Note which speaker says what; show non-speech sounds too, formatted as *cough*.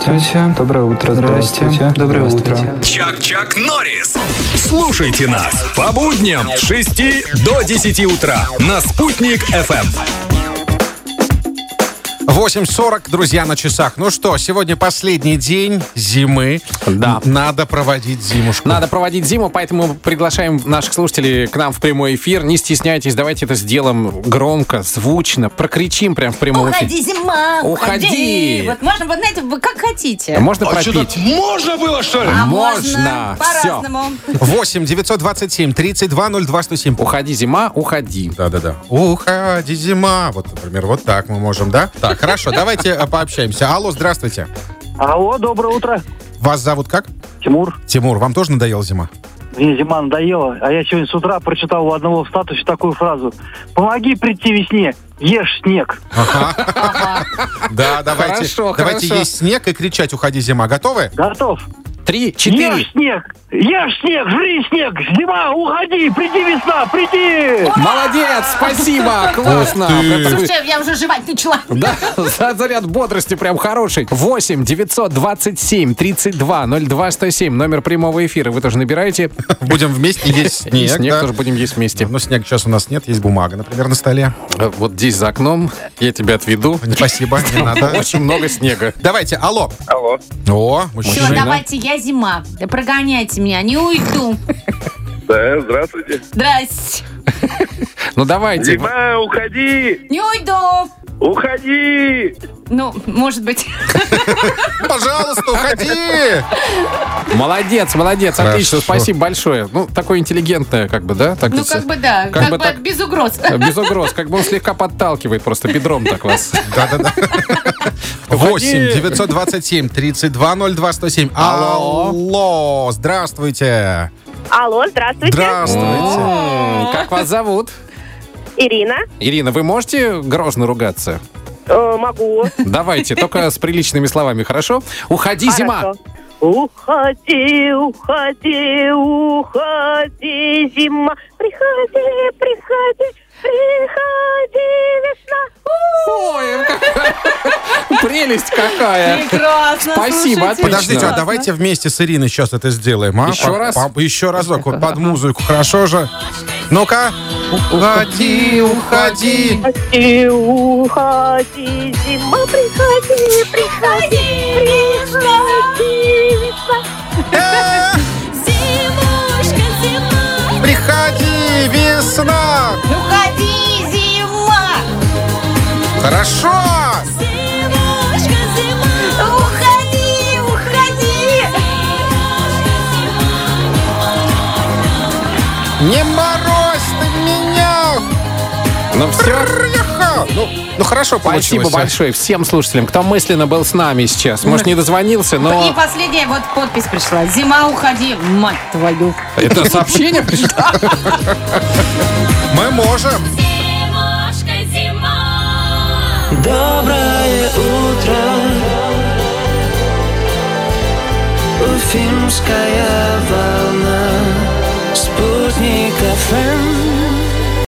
Speaker 1: Здравствуйте. Доброе утро. Здравствуйте. Доброе утро.
Speaker 2: Чак-Чак Норрис. Слушайте нас по будням с 6 до 10 утра на Спутник Эм». FM.
Speaker 3: 8.40, друзья, на часах. Ну что, сегодня последний день зимы.
Speaker 4: Да.
Speaker 3: Н- Надо проводить зимушку.
Speaker 4: Надо проводить зиму, поэтому приглашаем наших слушателей к нам в прямой эфир. Не стесняйтесь, давайте это сделаем громко, звучно, прокричим прям в прямом эфире.
Speaker 5: Уходи, зима, а
Speaker 4: Уходи.
Speaker 5: Вот можно, вот знаете, вы как
Speaker 3: Э,
Speaker 5: хотите.
Speaker 4: Можно
Speaker 6: А что так
Speaker 4: пропить.
Speaker 6: можно было, что ли?
Speaker 5: А
Speaker 4: можно.
Speaker 5: можно по-разному.
Speaker 3: 8 927 32 02 107.
Speaker 4: Уходи, зима, уходи.
Speaker 3: Да-да-да. Уходи, зима. Вот, например, вот так мы можем, да? Так, хорошо, давайте э, пообщаемся. Алло, здравствуйте.
Speaker 7: Алло, доброе утро.
Speaker 3: Вас зовут как?
Speaker 7: Тимур,
Speaker 3: Тимур, вам тоже надоела зима?
Speaker 7: мне зима надоела, а я сегодня с утра прочитал у одного в статусе такую фразу. Помоги прийти весне, ешь снег.
Speaker 3: Да, давайте.
Speaker 4: Хорошо,
Speaker 3: давайте
Speaker 4: хорошо.
Speaker 3: есть снег и кричать «Уходи, зима». Готовы? *laughs*
Speaker 7: Готов.
Speaker 4: Три, четыре.
Speaker 7: Ешь снег, ешь снег, жри снег, зима, уходи, приди весна, приди.
Speaker 4: Молодец, спасибо, классно.
Speaker 3: Ух ты.
Speaker 4: Прям такой-
Speaker 5: Слушай, я уже жевать начала.
Speaker 4: Да, *laughs* за- заряд бодрости прям хороший. 8 927 32 02 107. Номер прямого эфира. Вы тоже набираете.
Speaker 3: Будем вместе есть
Speaker 4: И
Speaker 3: снег.
Speaker 4: снег
Speaker 3: да?
Speaker 4: тоже будем есть вместе.
Speaker 3: Ну, снег сейчас у нас нет, есть бумага, например, на столе.
Speaker 4: Э, Вот здесь за окном я тебя отведу.
Speaker 3: Спасибо, не надо.
Speaker 4: Очень много снега.
Speaker 3: Давайте, алло.
Speaker 8: Алло.
Speaker 3: О,
Speaker 5: Все,
Speaker 3: мужчина.
Speaker 5: давайте, я зима. Да прогоняйте меня, не уйду.
Speaker 8: Да, здравствуйте.
Speaker 5: Здрасте.
Speaker 4: Ну давайте.
Speaker 8: Зима, уходи!
Speaker 5: Не уйду.
Speaker 8: Уходи!
Speaker 5: Ну, может быть.
Speaker 3: Пожалуйста,
Speaker 4: *laughs*
Speaker 3: уходи!
Speaker 4: Молодец, молодец,
Speaker 3: Хорошо.
Speaker 4: отлично, спасибо большое. Ну, такое интеллигентное, как бы, да? Так
Speaker 5: Ну,
Speaker 4: это
Speaker 5: как бы да,
Speaker 4: как
Speaker 5: как
Speaker 4: бы
Speaker 5: бы
Speaker 4: так-
Speaker 5: без угроз.
Speaker 4: с- Без угроз, как бы он слегка подталкивает просто бедром так вас. *laughs*
Speaker 3: Да-да-да. 8 927 32 02 107.
Speaker 4: Алло.
Speaker 3: Алло, здравствуйте.
Speaker 9: Алло, здравствуйте,
Speaker 3: Здравствуйте.
Speaker 4: М, Как вас зовут?
Speaker 9: Ирина.
Speaker 4: Ирина, вы можете грозно ругаться?
Speaker 9: Э, могу.
Speaker 4: Давайте, только с приличными словами, хорошо? Уходи, зима!
Speaker 9: Хорошо. Уходи, уходи, уходи, зима. Приходи, приходи, приходи, весна.
Speaker 4: Ой, какая- прелесть какая!
Speaker 5: Прекрасно,
Speaker 4: Спасибо,
Speaker 5: слушайте.
Speaker 4: отлично.
Speaker 3: Подождите, а давайте вместе с Ириной сейчас это сделаем, а?
Speaker 4: Еще
Speaker 3: По-
Speaker 4: раз?
Speaker 3: по- Еще разок, вот под музыку, хорошо же? Ну-ка. Уходи, уходи.
Speaker 9: Уходи, уходи, зима. Приходи, приходи,
Speaker 5: *laughs*
Speaker 9: приходи, весна.
Speaker 3: Э, Приходи, весна.
Speaker 5: Уходи, зима.
Speaker 3: Хорошо.
Speaker 5: Уходи, уходи.
Speaker 3: Не морозь ты меня.
Speaker 4: Ну все,
Speaker 3: Прыха. Ну, ну хорошо получилось.
Speaker 4: спасибо большое всем слушателям, кто мысленно был с нами сейчас. Может, не дозвонился,
Speaker 5: И
Speaker 4: но...
Speaker 5: последняя вот подпись пришла. Зима, уходи, мать твою.
Speaker 4: Это сообщение пришло?
Speaker 3: Мы можем.
Speaker 10: Доброе утро, Уфимская